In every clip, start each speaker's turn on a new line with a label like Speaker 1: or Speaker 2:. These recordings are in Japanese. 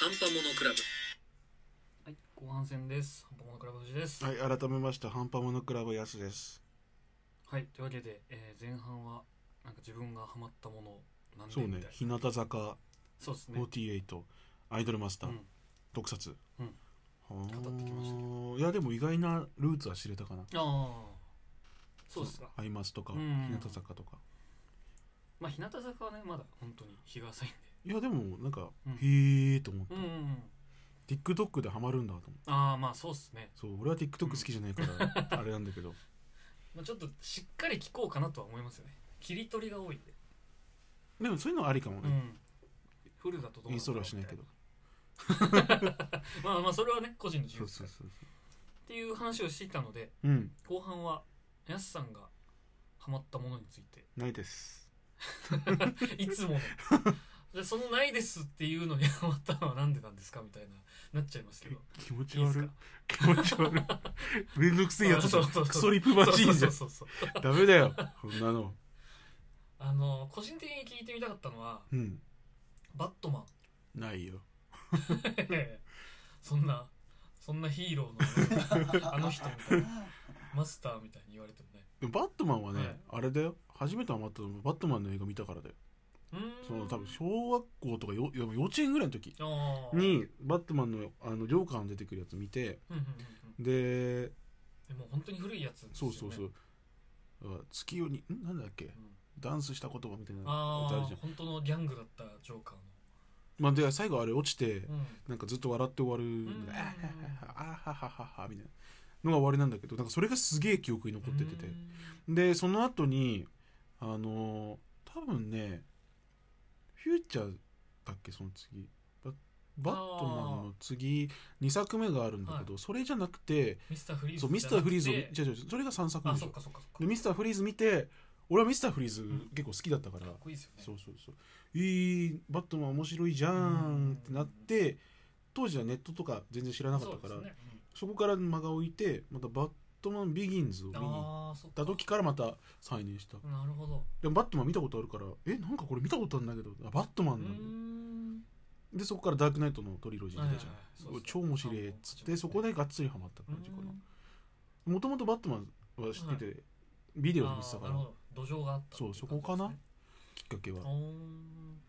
Speaker 1: 半端ものクラブ
Speaker 2: はい、後半戦です。ハンパモノクラブ藤井です。はい、
Speaker 3: はい、改めまして、ハンパモノクラブやすです。
Speaker 2: というわけで、えー前半はなんか自分がハマったものなんで
Speaker 3: そう
Speaker 2: みたい
Speaker 3: ね
Speaker 2: な。、
Speaker 3: 日向坂
Speaker 2: そうですね。
Speaker 3: 48、アイドルマスタ
Speaker 2: う
Speaker 3: ー、
Speaker 2: ん、
Speaker 3: 特撮。
Speaker 2: うん
Speaker 3: はー
Speaker 2: 語ってきました
Speaker 3: いや、でも意外なルーツは知れたかな。
Speaker 2: ああ、そうですか。
Speaker 3: アイマスとか、
Speaker 2: う
Speaker 3: 日
Speaker 2: ん
Speaker 3: 向坂とか。
Speaker 2: まあ日向坂はねまだ本当に日が浅いんで。
Speaker 3: いや、でも、なんか、
Speaker 2: うん
Speaker 3: へえーと思って、
Speaker 2: うん、うんうん。
Speaker 3: TikTok でハマるんだと思って。
Speaker 2: ああ、まあそうですね。
Speaker 3: そう、俺は TikTok 好きじゃないから、あれなんだけど。
Speaker 2: まあちょっとしっかり聞こうかなとは思いますよね。切り取りが多いんで。
Speaker 3: でも、そういうのはありかも
Speaker 2: う
Speaker 3: ね。
Speaker 2: ん。フルだとどうな
Speaker 3: イン
Speaker 2: の
Speaker 3: ストールはしないけど。。
Speaker 2: まあまあそれはね個人の自由
Speaker 3: そう
Speaker 2: ですから。
Speaker 3: そうそうそ
Speaker 2: っていう話をしていたので
Speaker 3: う。うん、
Speaker 2: 後半はやすさんがハマったものについて。
Speaker 3: ないです。
Speaker 2: いつ もの。でそのないですっていうのにハマったのはなんでなんですかみたいななっちゃいますけど。
Speaker 3: 気持ち
Speaker 2: いいです
Speaker 3: 悪い
Speaker 2: か。
Speaker 3: 気持ち悪い。 めんどくせえやつじゃん。
Speaker 2: あそうそうそう
Speaker 3: クソリプマシーンじ
Speaker 2: そ
Speaker 3: ゃ。
Speaker 2: うんそうそうそう。
Speaker 3: ダメだよ、こんなの。
Speaker 2: あの個人的に聞いてみたかったのは
Speaker 3: うん。
Speaker 2: バットマン。
Speaker 3: ないよ。
Speaker 2: そんなそんなヒーロー のあの人みたいなマスターみたいに言われてもね。
Speaker 3: でもバットマンはね、
Speaker 2: はい
Speaker 3: あれだよ。初めてハマったのはバットマンの映画見たからだよ。
Speaker 2: うーん。
Speaker 3: その多分小学校とかよいや幼稚園ぐらいの時
Speaker 2: あー。
Speaker 3: に、バットマンのあの、ジョーカーの出てくるやつ見て、
Speaker 2: うんうんうん
Speaker 3: で、
Speaker 2: うん。でも本当に古いやつですよね。
Speaker 3: そうそうそう。だから月夜に、んなんだっけ
Speaker 2: うん。
Speaker 3: ダンスした言葉みたいなや
Speaker 2: あ
Speaker 3: つあるじ
Speaker 2: あ
Speaker 3: ゃん。
Speaker 2: 本当のギャングだったジョーカ
Speaker 3: まあ、で、最後あれ落ちて
Speaker 2: ー、の。うん。
Speaker 3: なんかずっと笑って終わる
Speaker 2: ん、
Speaker 3: あははははははみたいなのが終わりなんだけど、なんかそれがすげえ記憶に残っててて。でその後にあのー多分ねフューチャーだっけその次ババットマンの次2作目があるんだけど、それじゃなくて
Speaker 2: ミスターフリーズ
Speaker 3: そうミスターフリーズを
Speaker 2: じゃ
Speaker 3: 見
Speaker 2: なくて
Speaker 3: 違う違うそれが3作目
Speaker 2: あ
Speaker 3: でし
Speaker 2: そっ
Speaker 3: ょ
Speaker 2: かそっかそっか
Speaker 3: でミスターフリーズ見て俺はミスターフリーズ
Speaker 2: ん
Speaker 3: 結構好きだったから、
Speaker 2: かっこいいですよね
Speaker 3: そうそうそういいバットマン面白いじゃんってなって当時はネットとか全然知らなかったか
Speaker 2: そ
Speaker 3: らそ,、
Speaker 2: うですね
Speaker 3: こから間が置いてまたバットマンビギンズを
Speaker 2: うん
Speaker 3: 見に行っ
Speaker 2: ああそっか
Speaker 3: た時からまた再燃した
Speaker 2: なるほど
Speaker 3: でもバットマン見たことあるからえなんかこれ見たことあるんだけどあバットマ
Speaker 2: うー
Speaker 3: ンなんだ
Speaker 2: ん
Speaker 3: でそこからダークナイトのトリロジー出たじゃん、
Speaker 2: はいはいはいそうそう
Speaker 3: 超面白いっつってそこでがっつりハマった感じか
Speaker 2: うーん
Speaker 3: なもともとバットマンは知ってて、ビデオで見てた
Speaker 2: あー
Speaker 3: か
Speaker 2: なる
Speaker 3: ら
Speaker 2: ほど土壌があったってい
Speaker 3: そうそこかな
Speaker 2: 感じで
Speaker 3: きっかけは
Speaker 2: すねおー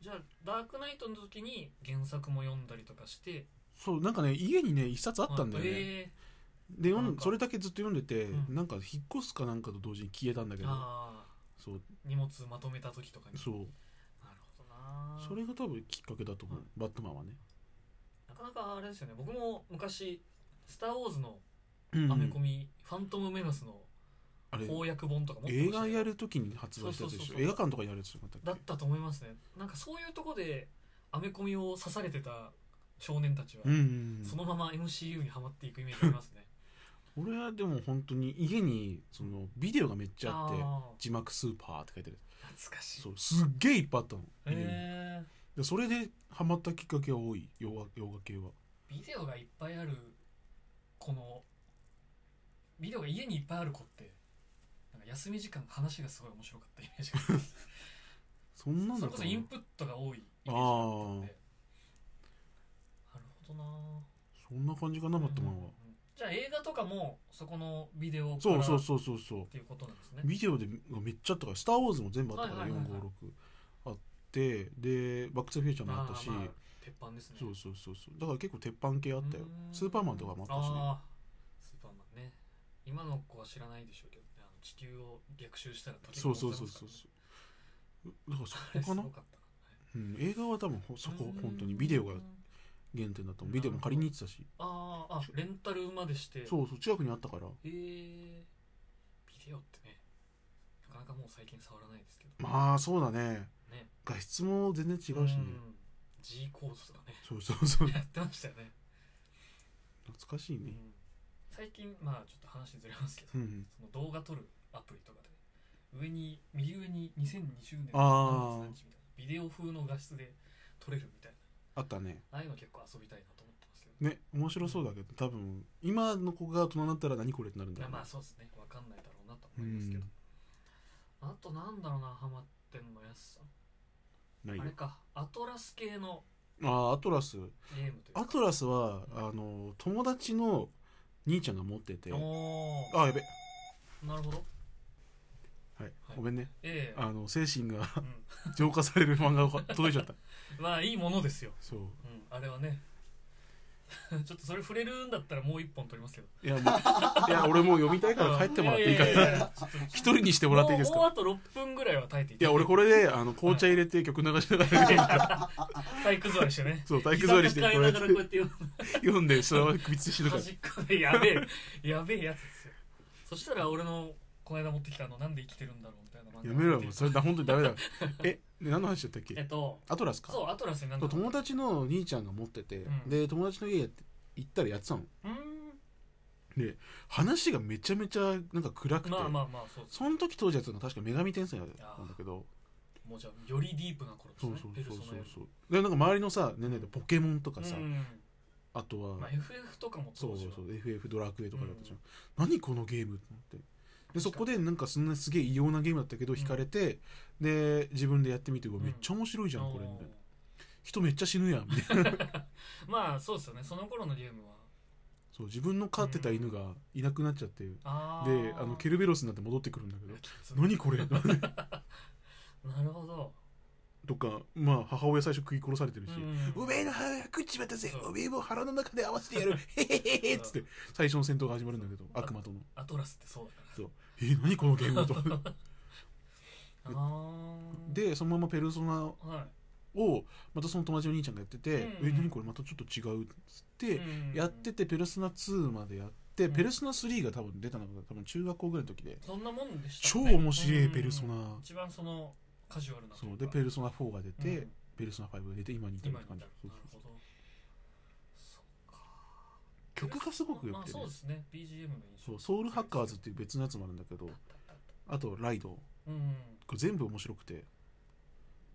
Speaker 2: じゃあダークナイトの時に原作も読んだりとかして
Speaker 3: そうなんかね家にね一冊あったんだよね、
Speaker 2: え
Speaker 3: で読
Speaker 2: なん
Speaker 3: ん
Speaker 2: か
Speaker 3: それだけずっと読んでて、
Speaker 2: うん
Speaker 3: なんか引っ越すかなんかと同時に消えたんだけ
Speaker 2: ー
Speaker 3: ど
Speaker 2: あ
Speaker 3: そう
Speaker 2: ー荷物まとめた時とかに
Speaker 3: そう
Speaker 2: なるほどな
Speaker 3: それが多分きっかけだと思う、
Speaker 2: うん
Speaker 3: バットマンはね
Speaker 2: なかなかあれですよね僕も昔「スター・ウォーズ」の
Speaker 3: うん
Speaker 2: アメコミ「ファントム・メナス」の
Speaker 3: あれ
Speaker 2: 翻訳本とか持ってま
Speaker 3: 映
Speaker 2: した
Speaker 3: 画
Speaker 2: よ
Speaker 3: やるときに発売したやつで
Speaker 2: そう
Speaker 3: し
Speaker 2: そうそ
Speaker 3: ょ
Speaker 2: うそう
Speaker 3: 映画館とかにやるやつじゃなかった
Speaker 2: だ
Speaker 3: っ
Speaker 2: っ
Speaker 3: け
Speaker 2: たと思いますねなんかそういうとこでアメコミを刺されてた少年たちは、
Speaker 3: うんうんうん
Speaker 2: そのまま MCU にはまっていくイメージありますね
Speaker 3: 俺はでも本当に家にそのビデオがめっちゃあって
Speaker 2: あ
Speaker 3: 字幕スーパーって書いてある
Speaker 2: ー懐かしい
Speaker 3: そうすっげえいっぱいあったの家に
Speaker 2: へえ
Speaker 3: でそれでハマったきっかけは多い洋画洋画系は
Speaker 2: ビデオがいっぱいあるこのビデオが家にいっぱいある子ってなんか休み時間話がすごい面白かったイメージが
Speaker 3: そんなん
Speaker 2: それ
Speaker 3: だ
Speaker 2: こ
Speaker 3: った
Speaker 2: そ
Speaker 3: な
Speaker 2: インプットが多いイメージがあったんでなるほどな
Speaker 3: そんな感じかなバットマン
Speaker 2: う
Speaker 3: は、
Speaker 2: んうんうんじゃあ映画とかもそこのビデオか
Speaker 3: そ
Speaker 2: ら
Speaker 3: うそう
Speaker 2: っ
Speaker 3: そうそうそう
Speaker 2: ていうことなんですね
Speaker 3: ビデオでがめっちゃあったから「スター・ウォーズ」も全部あったから、
Speaker 2: はいはいはいはい
Speaker 3: 456あってで「バック・トゥ・フューチャー」もあったし、
Speaker 2: あーまあ鉄板ですね
Speaker 3: そうそうそうそうだから結構鉄板系あったよ
Speaker 2: うーん
Speaker 3: スーパーマンとかもあったしね
Speaker 2: あースーパーマンね今の子は知らないでしょうけどねあの地球を逆周したら溶け
Speaker 3: そ
Speaker 2: 込
Speaker 3: う
Speaker 2: まさ
Speaker 3: そ
Speaker 2: れますからね
Speaker 3: うそうそうそう
Speaker 2: あれす
Speaker 3: だからそこかな
Speaker 2: ごかった
Speaker 3: うん、映画は多分ほそこ
Speaker 2: うん
Speaker 3: 本当にビデオが原点だと思うビデオも借りに行ってたし
Speaker 2: あーあレンタルまでしてう
Speaker 3: そうそう近くにあったから
Speaker 2: えー、ビデオってねなかなかもう最近触らないですけど
Speaker 3: まあそうだね
Speaker 2: ね
Speaker 3: 画質も全然違うしね
Speaker 2: ん G コードとかね
Speaker 3: そうそうそう
Speaker 2: やってましたよね、
Speaker 3: 懐かしい
Speaker 2: うん
Speaker 3: ね、
Speaker 2: 最近まあちょっと話ずれますけど、
Speaker 3: うん
Speaker 2: その動画撮るアプリとかで上に右上に2020年
Speaker 3: あー
Speaker 2: 何月何日みたいなビデオ風の画質で撮れるみたい
Speaker 3: あったね
Speaker 2: なああいうの結構遊びたいなと思ってますけど、
Speaker 3: ね面白そうだけど多分今の子が大人になったら何これってなるんだ
Speaker 2: ま
Speaker 3: ろ
Speaker 2: あ
Speaker 3: う
Speaker 2: まあ
Speaker 3: な
Speaker 2: そうですねわかんないだろうなと思いますけど、あとなんだろうなハマってんのやすさん
Speaker 3: ない
Speaker 2: あれかアトラス系の
Speaker 3: ああアトラス
Speaker 2: ゲームという
Speaker 3: ア
Speaker 2: か
Speaker 3: トラスはあの友達の兄ちゃんが持ってて
Speaker 2: お
Speaker 3: あやべ
Speaker 2: おなるほど
Speaker 3: はいごめんね
Speaker 2: ええ
Speaker 3: あの精神が
Speaker 2: うん
Speaker 3: 浄化される漫画が届いちゃった
Speaker 2: まあいいものですよ、
Speaker 3: そう
Speaker 2: うん、あれはね ちょっとそれ触れるんだったらもう一本取りますけど
Speaker 3: いやもういや俺もう読みたいから帰ってもらっていいか
Speaker 2: やや
Speaker 3: な
Speaker 2: ややちょっと
Speaker 3: 一人にしてもらっていいです
Speaker 2: もうもう
Speaker 3: か
Speaker 2: あと6分ぐらいは耐えてい
Speaker 3: いや俺これであの紅茶入れて曲流しながら読んでいいですか
Speaker 2: 体育座りしてね
Speaker 3: そう体育座りしてこ
Speaker 2: 膝抱
Speaker 3: う
Speaker 2: え
Speaker 3: やっ
Speaker 2: な
Speaker 3: て
Speaker 2: がらこうやって
Speaker 3: 読んでそのまま首つしとか
Speaker 2: 端っこでやべえやべえやつですよそしたら俺のこの間持ってきたあのなんで生きてるんだろうみたいな漫画
Speaker 3: やめろよもうそれだ本当に ダメだえで何の話だったっ
Speaker 2: えっ
Speaker 3: け
Speaker 2: と
Speaker 3: アトラスか
Speaker 2: そうアトラスになんだろう
Speaker 3: 友達の兄ちゃんが持ってて、
Speaker 2: うん
Speaker 3: で友達の家やって行ったらやってたの
Speaker 2: うー
Speaker 3: 話がめちゃめちゃなんか暗くて、
Speaker 2: んまあまあまあそうです
Speaker 3: その時当時やってたの確か女神転生なんだけど
Speaker 2: もうじゃあよりディープな頃です
Speaker 3: そう
Speaker 2: ね
Speaker 3: そう
Speaker 2: ペルソ
Speaker 3: そう
Speaker 2: ナ
Speaker 3: そう
Speaker 2: より
Speaker 3: そうでなんか周りのさ年代でポケモンとかさ、
Speaker 2: うん
Speaker 3: あとは、
Speaker 2: まあ FF とかも
Speaker 3: そうそ
Speaker 2: 当時
Speaker 3: う
Speaker 2: は
Speaker 3: そう FF ドラクエとかだったじゃん、何このゲームって思ってでそこでなんかそんなすげえ異様なゲームだったけど
Speaker 2: うん
Speaker 3: 惹かれて、で自分でやってみて、うわ
Speaker 2: うん
Speaker 3: めっちゃ面白いじゃんこれみたいな
Speaker 2: お
Speaker 3: 人めっちゃ死ぬやんみたいな
Speaker 2: ーまあそうですよねその頃のゲームは
Speaker 3: そう自分の飼ってた犬がいなくなっちゃってで
Speaker 2: あー
Speaker 3: あのケルベロスになって戻ってくるんだけど
Speaker 2: きつい
Speaker 3: 何これ
Speaker 2: なるほど
Speaker 3: とかまあ母親最初食い殺されてるし、
Speaker 2: うん
Speaker 3: おめえの腹が食っちまったぜ
Speaker 2: そう
Speaker 3: おめえも腹の中で合わせてやる へへへへっつって最初の戦闘が始まるんだけど悪魔との
Speaker 2: アトラスってそうだから
Speaker 3: えー何このゲームと
Speaker 2: あー
Speaker 3: でそのままペルソナ
Speaker 2: は
Speaker 3: をまたその友達の兄ちゃんがやってて
Speaker 2: うん
Speaker 3: 「え何これまたちょっと違う」っつ
Speaker 2: い
Speaker 3: って
Speaker 2: うん
Speaker 3: やっててペルソナ2までやって
Speaker 2: うん
Speaker 3: ペルソナ3が多分出たのが多分中学校ぐらいの時で
Speaker 2: そんなもんでした
Speaker 3: 超
Speaker 2: ね
Speaker 3: 面白
Speaker 2: う
Speaker 3: い
Speaker 2: ん
Speaker 3: ペルソナ
Speaker 2: 一番そのカジュアルなとい
Speaker 3: そ
Speaker 2: か
Speaker 3: ううでペルソナ4が出
Speaker 2: う
Speaker 3: て
Speaker 2: ん
Speaker 3: ペルソナ5が出て今に至るっ
Speaker 2: 今
Speaker 3: て
Speaker 2: に至
Speaker 3: 感
Speaker 2: る
Speaker 3: じ
Speaker 2: なる
Speaker 3: そうそう
Speaker 2: ほどそっか
Speaker 3: 曲がすごく良
Speaker 2: まあ
Speaker 3: くて
Speaker 2: そ
Speaker 3: ね
Speaker 2: うですね BGM の印
Speaker 3: そ
Speaker 2: 象
Speaker 3: うソウルハッカーズっていう別のやつもあるんだけどあとライド
Speaker 2: うん
Speaker 3: これ全部面白くて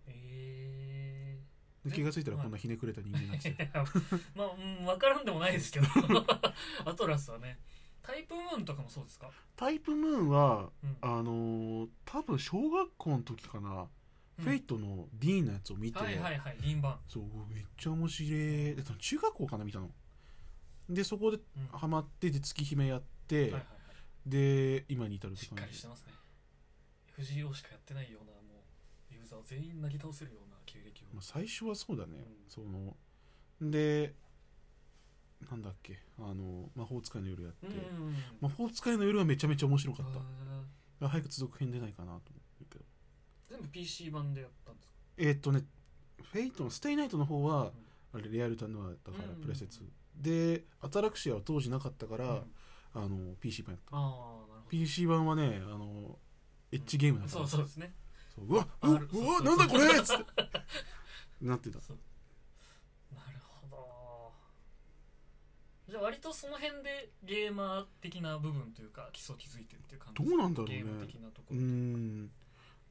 Speaker 2: え
Speaker 3: で気が付いたらこんなひねくれた人間になってて
Speaker 2: ー まあうん分からんでもないですけど アトラスはねタイプムーンとかもそうですか
Speaker 3: タイプムーンは
Speaker 2: うん
Speaker 3: あのー多分小学校の時かな、フェイトのディーンのやつを見て、
Speaker 2: はいはいはい輪番
Speaker 3: そうめっちゃ面白いで多分中学校かな見たのでそこで
Speaker 2: うん
Speaker 3: ハマってで月姫やって、
Speaker 2: はいはいはい
Speaker 3: で今に至るって
Speaker 2: しっか
Speaker 3: 感
Speaker 2: りし
Speaker 3: じ
Speaker 2: てますね藤井王しかやってないようなもうユーザーを全員なぎ倒せるような経歴を
Speaker 3: まあ、最初はそうだね、
Speaker 2: うん
Speaker 3: そのでなんだっけあの魔法使いの夜やって、
Speaker 2: うんうんうん
Speaker 3: 魔法使いの夜はめちゃめちゃ面白かっ
Speaker 2: あ
Speaker 3: た早く続編出ないかなと思ってるけど
Speaker 2: ー全部 PC 版でやったんですか
Speaker 3: えーっとねフェイトのステイナイトの方は、あれリアルタイムはだから
Speaker 2: うん
Speaker 3: プレセツ、でアタラクシアは当時なかったから、
Speaker 2: うん
Speaker 3: あの PC 版やった
Speaker 2: ああなるほど
Speaker 3: PC 版はねあのエッジゲームだった、
Speaker 2: そうそうですね
Speaker 3: そううわう
Speaker 2: あ
Speaker 3: わ
Speaker 2: る
Speaker 3: う
Speaker 2: そう
Speaker 3: わ
Speaker 2: そう
Speaker 3: なんだこ れっつってなってた
Speaker 2: そうなるほどじゃあ割とその辺でゲーマー的な部分というか基礎築いてるっていう感じ
Speaker 3: どうなんだろうね
Speaker 2: ゲーム的なとこ
Speaker 3: う
Speaker 2: ろ
Speaker 3: ん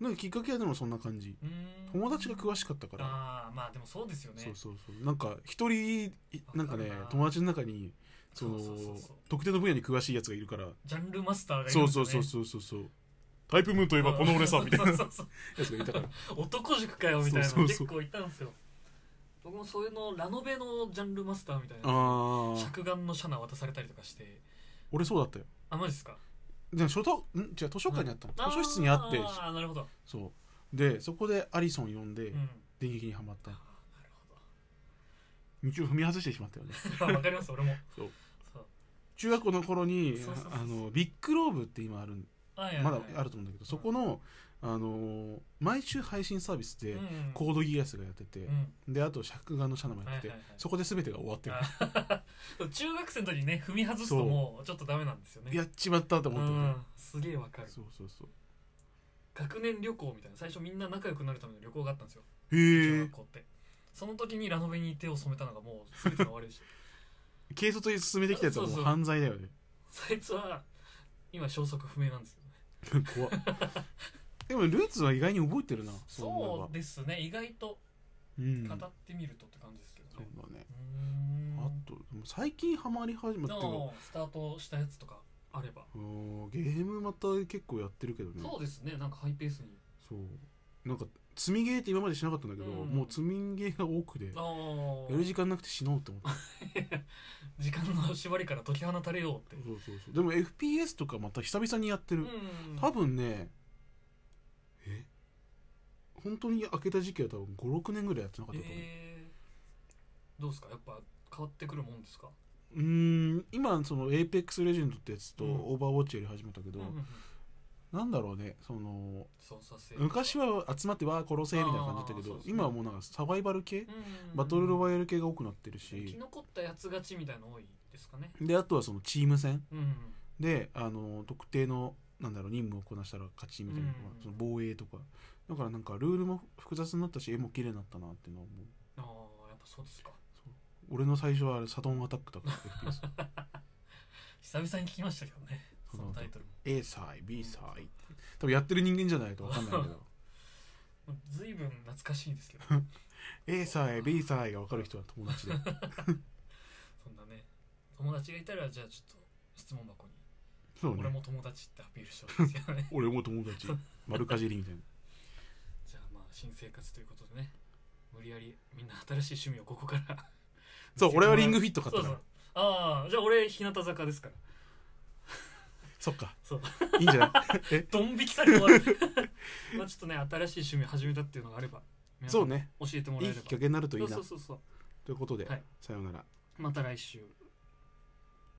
Speaker 3: なんかきっかけはでもそんな感じ
Speaker 2: うーん
Speaker 3: 友達が詳しかったから、
Speaker 2: ああまあでもそうですよね
Speaker 3: そうそうそうなんか一人いなんかね
Speaker 2: わかるな
Speaker 3: 友達の中にその
Speaker 2: そうそうそうそう
Speaker 3: 特定の分野に詳しいやつがいるから
Speaker 2: ジャンルマスターがいるん
Speaker 3: そ
Speaker 2: ですよ
Speaker 3: うそう
Speaker 2: ね
Speaker 3: そうそうそうそうタイプムーンといえばこの俺さみたい なや
Speaker 2: そうそう
Speaker 3: つがいたから
Speaker 2: そう男塾かよみたいな
Speaker 3: そうそ
Speaker 2: の
Speaker 3: うそう
Speaker 2: 結構いたんですよ僕もそういうのラノベのジャンルマスターみたいな
Speaker 3: ああ
Speaker 2: 着眼のシャナ渡されたりとかして
Speaker 3: 俺そうだったよ
Speaker 2: あマジですか
Speaker 3: で書道ん違う図書館にあったの、図書室にあって
Speaker 2: ああなるほど
Speaker 3: そうでそこでアリソン読んで、
Speaker 2: うん
Speaker 3: 電撃にはまった
Speaker 2: あ
Speaker 3: 道
Speaker 2: ーなるほど
Speaker 3: を踏み外してしまったよね
Speaker 2: まあ わかります俺も
Speaker 3: そう
Speaker 2: そう
Speaker 3: 中学校の頃に
Speaker 2: そうそうそうそう
Speaker 3: あのビッグローブって今あるん
Speaker 2: あいや
Speaker 3: まだ
Speaker 2: いや
Speaker 3: あると思うんだけどそこの、あのー毎週配信サービスで
Speaker 2: うん
Speaker 3: コードギアスがやってて
Speaker 2: う、ん
Speaker 3: であと尺眼のシャナもやってて、
Speaker 2: はいはいはい
Speaker 3: そこで全てが終わってる
Speaker 2: あそう中学生の時にね踏み外すともうちょっとダメなんですよね
Speaker 3: やっちまったと
Speaker 2: う
Speaker 3: 思って
Speaker 2: んすげえわかる
Speaker 3: そうそうそう
Speaker 2: 学年旅行みたいな最初みんな仲良くなるための旅行があったんですよ中
Speaker 3: へえ
Speaker 2: 学校ってその時にラノベに手を染めたのがもう全ての終わり でした
Speaker 3: 軽率に進めてきたやつはも
Speaker 2: そう
Speaker 3: う
Speaker 2: そう
Speaker 3: 犯罪だよね
Speaker 2: そいつは今消息不明なんですよね
Speaker 3: 怖っでもルーツは意外に覚えてるな
Speaker 2: そ
Speaker 3: そう
Speaker 2: ですね意外と
Speaker 3: うなん
Speaker 2: 語
Speaker 3: だ、うん、
Speaker 2: ってみるとって感じですけど
Speaker 3: そう
Speaker 2: ね
Speaker 3: だね
Speaker 2: うーん
Speaker 3: あとでも最近ハマり始めたっていうか
Speaker 2: のスタートしたやつとかあれば
Speaker 3: うーんゲームまた結構やってるけどね
Speaker 2: そうですねなんかハイペースに
Speaker 3: そうなんか積みゲーって今までしなかったんだけど、
Speaker 2: うん
Speaker 3: もう積みゲーが多くでや
Speaker 2: あ
Speaker 3: る時間なくて死のうと思って
Speaker 2: 時間の縛りから解き放たれようって
Speaker 3: そうそうそうでも FPS とかまた久々にやってる、
Speaker 2: うん
Speaker 3: 多分ねえ本当に開けた時期は多分56年ぐらいやってなかったと思う、
Speaker 2: えー、どうですかやっぱ変わってくるもんですか
Speaker 3: うーん今その APEX レジェンドってやつと
Speaker 2: うん
Speaker 3: オーバーウォッチやり始めたけど、
Speaker 2: うんうんうん
Speaker 3: なんだろうねその
Speaker 2: 操作性
Speaker 3: 昔は集まってわー殺せみたいな感じだったけ
Speaker 2: あーそう
Speaker 3: ど、
Speaker 2: ですね
Speaker 3: 今はもうなんかサバイバル系、
Speaker 2: うん
Speaker 3: バトルロワイヤル系が多くなってる
Speaker 2: 生き
Speaker 3: し、
Speaker 2: 残ったやつ勝ちみたいなの多いですかね
Speaker 3: であとはそのチーム戦
Speaker 2: うんうん
Speaker 3: であの特定のなんだろう任務をこなしたら勝ちみたいなのが、
Speaker 2: うん
Speaker 3: その防衛とかだからなんかルールも複雑になったし絵も綺麗になったなっていうのは思う
Speaker 2: ああやっぱそうですか
Speaker 3: 俺の最初はあれサドンアタックだから FPS
Speaker 2: 久々に聞きましたけどねそのタイトルも
Speaker 3: A サイ B サイ多分やってる人間じゃないと分かんないけ ど
Speaker 2: もう随分懐かしいですけ ど
Speaker 3: A サイ B サイが分かる人は友 達で
Speaker 2: そんなね友達がいたらじゃあちょっと質問箱に
Speaker 3: そう
Speaker 2: 俺
Speaker 3: ね
Speaker 2: も友達ってアピールしてほしいですよね
Speaker 3: 俺も友達丸かじりみたいな
Speaker 2: じゃあまあ新生活ということでね無理やりみんな新しい趣味をここから
Speaker 3: そう俺はリング
Speaker 2: フ
Speaker 3: フィット買った
Speaker 2: そうそ
Speaker 3: か
Speaker 2: う
Speaker 3: ら
Speaker 2: ああじゃあ俺日向坂ですから
Speaker 3: そっか
Speaker 2: そう
Speaker 3: いい んじゃないえ
Speaker 2: ドン引きされて終わる まあちょっとね新しい趣味始めたっていうのがあれば皆さん
Speaker 3: そうね
Speaker 2: 教えてもら
Speaker 3: い
Speaker 2: え
Speaker 3: い
Speaker 2: れば
Speaker 3: きっかけになるといいな
Speaker 2: そうそうそうそう
Speaker 3: ということで
Speaker 2: はい
Speaker 3: さようなら
Speaker 2: また来週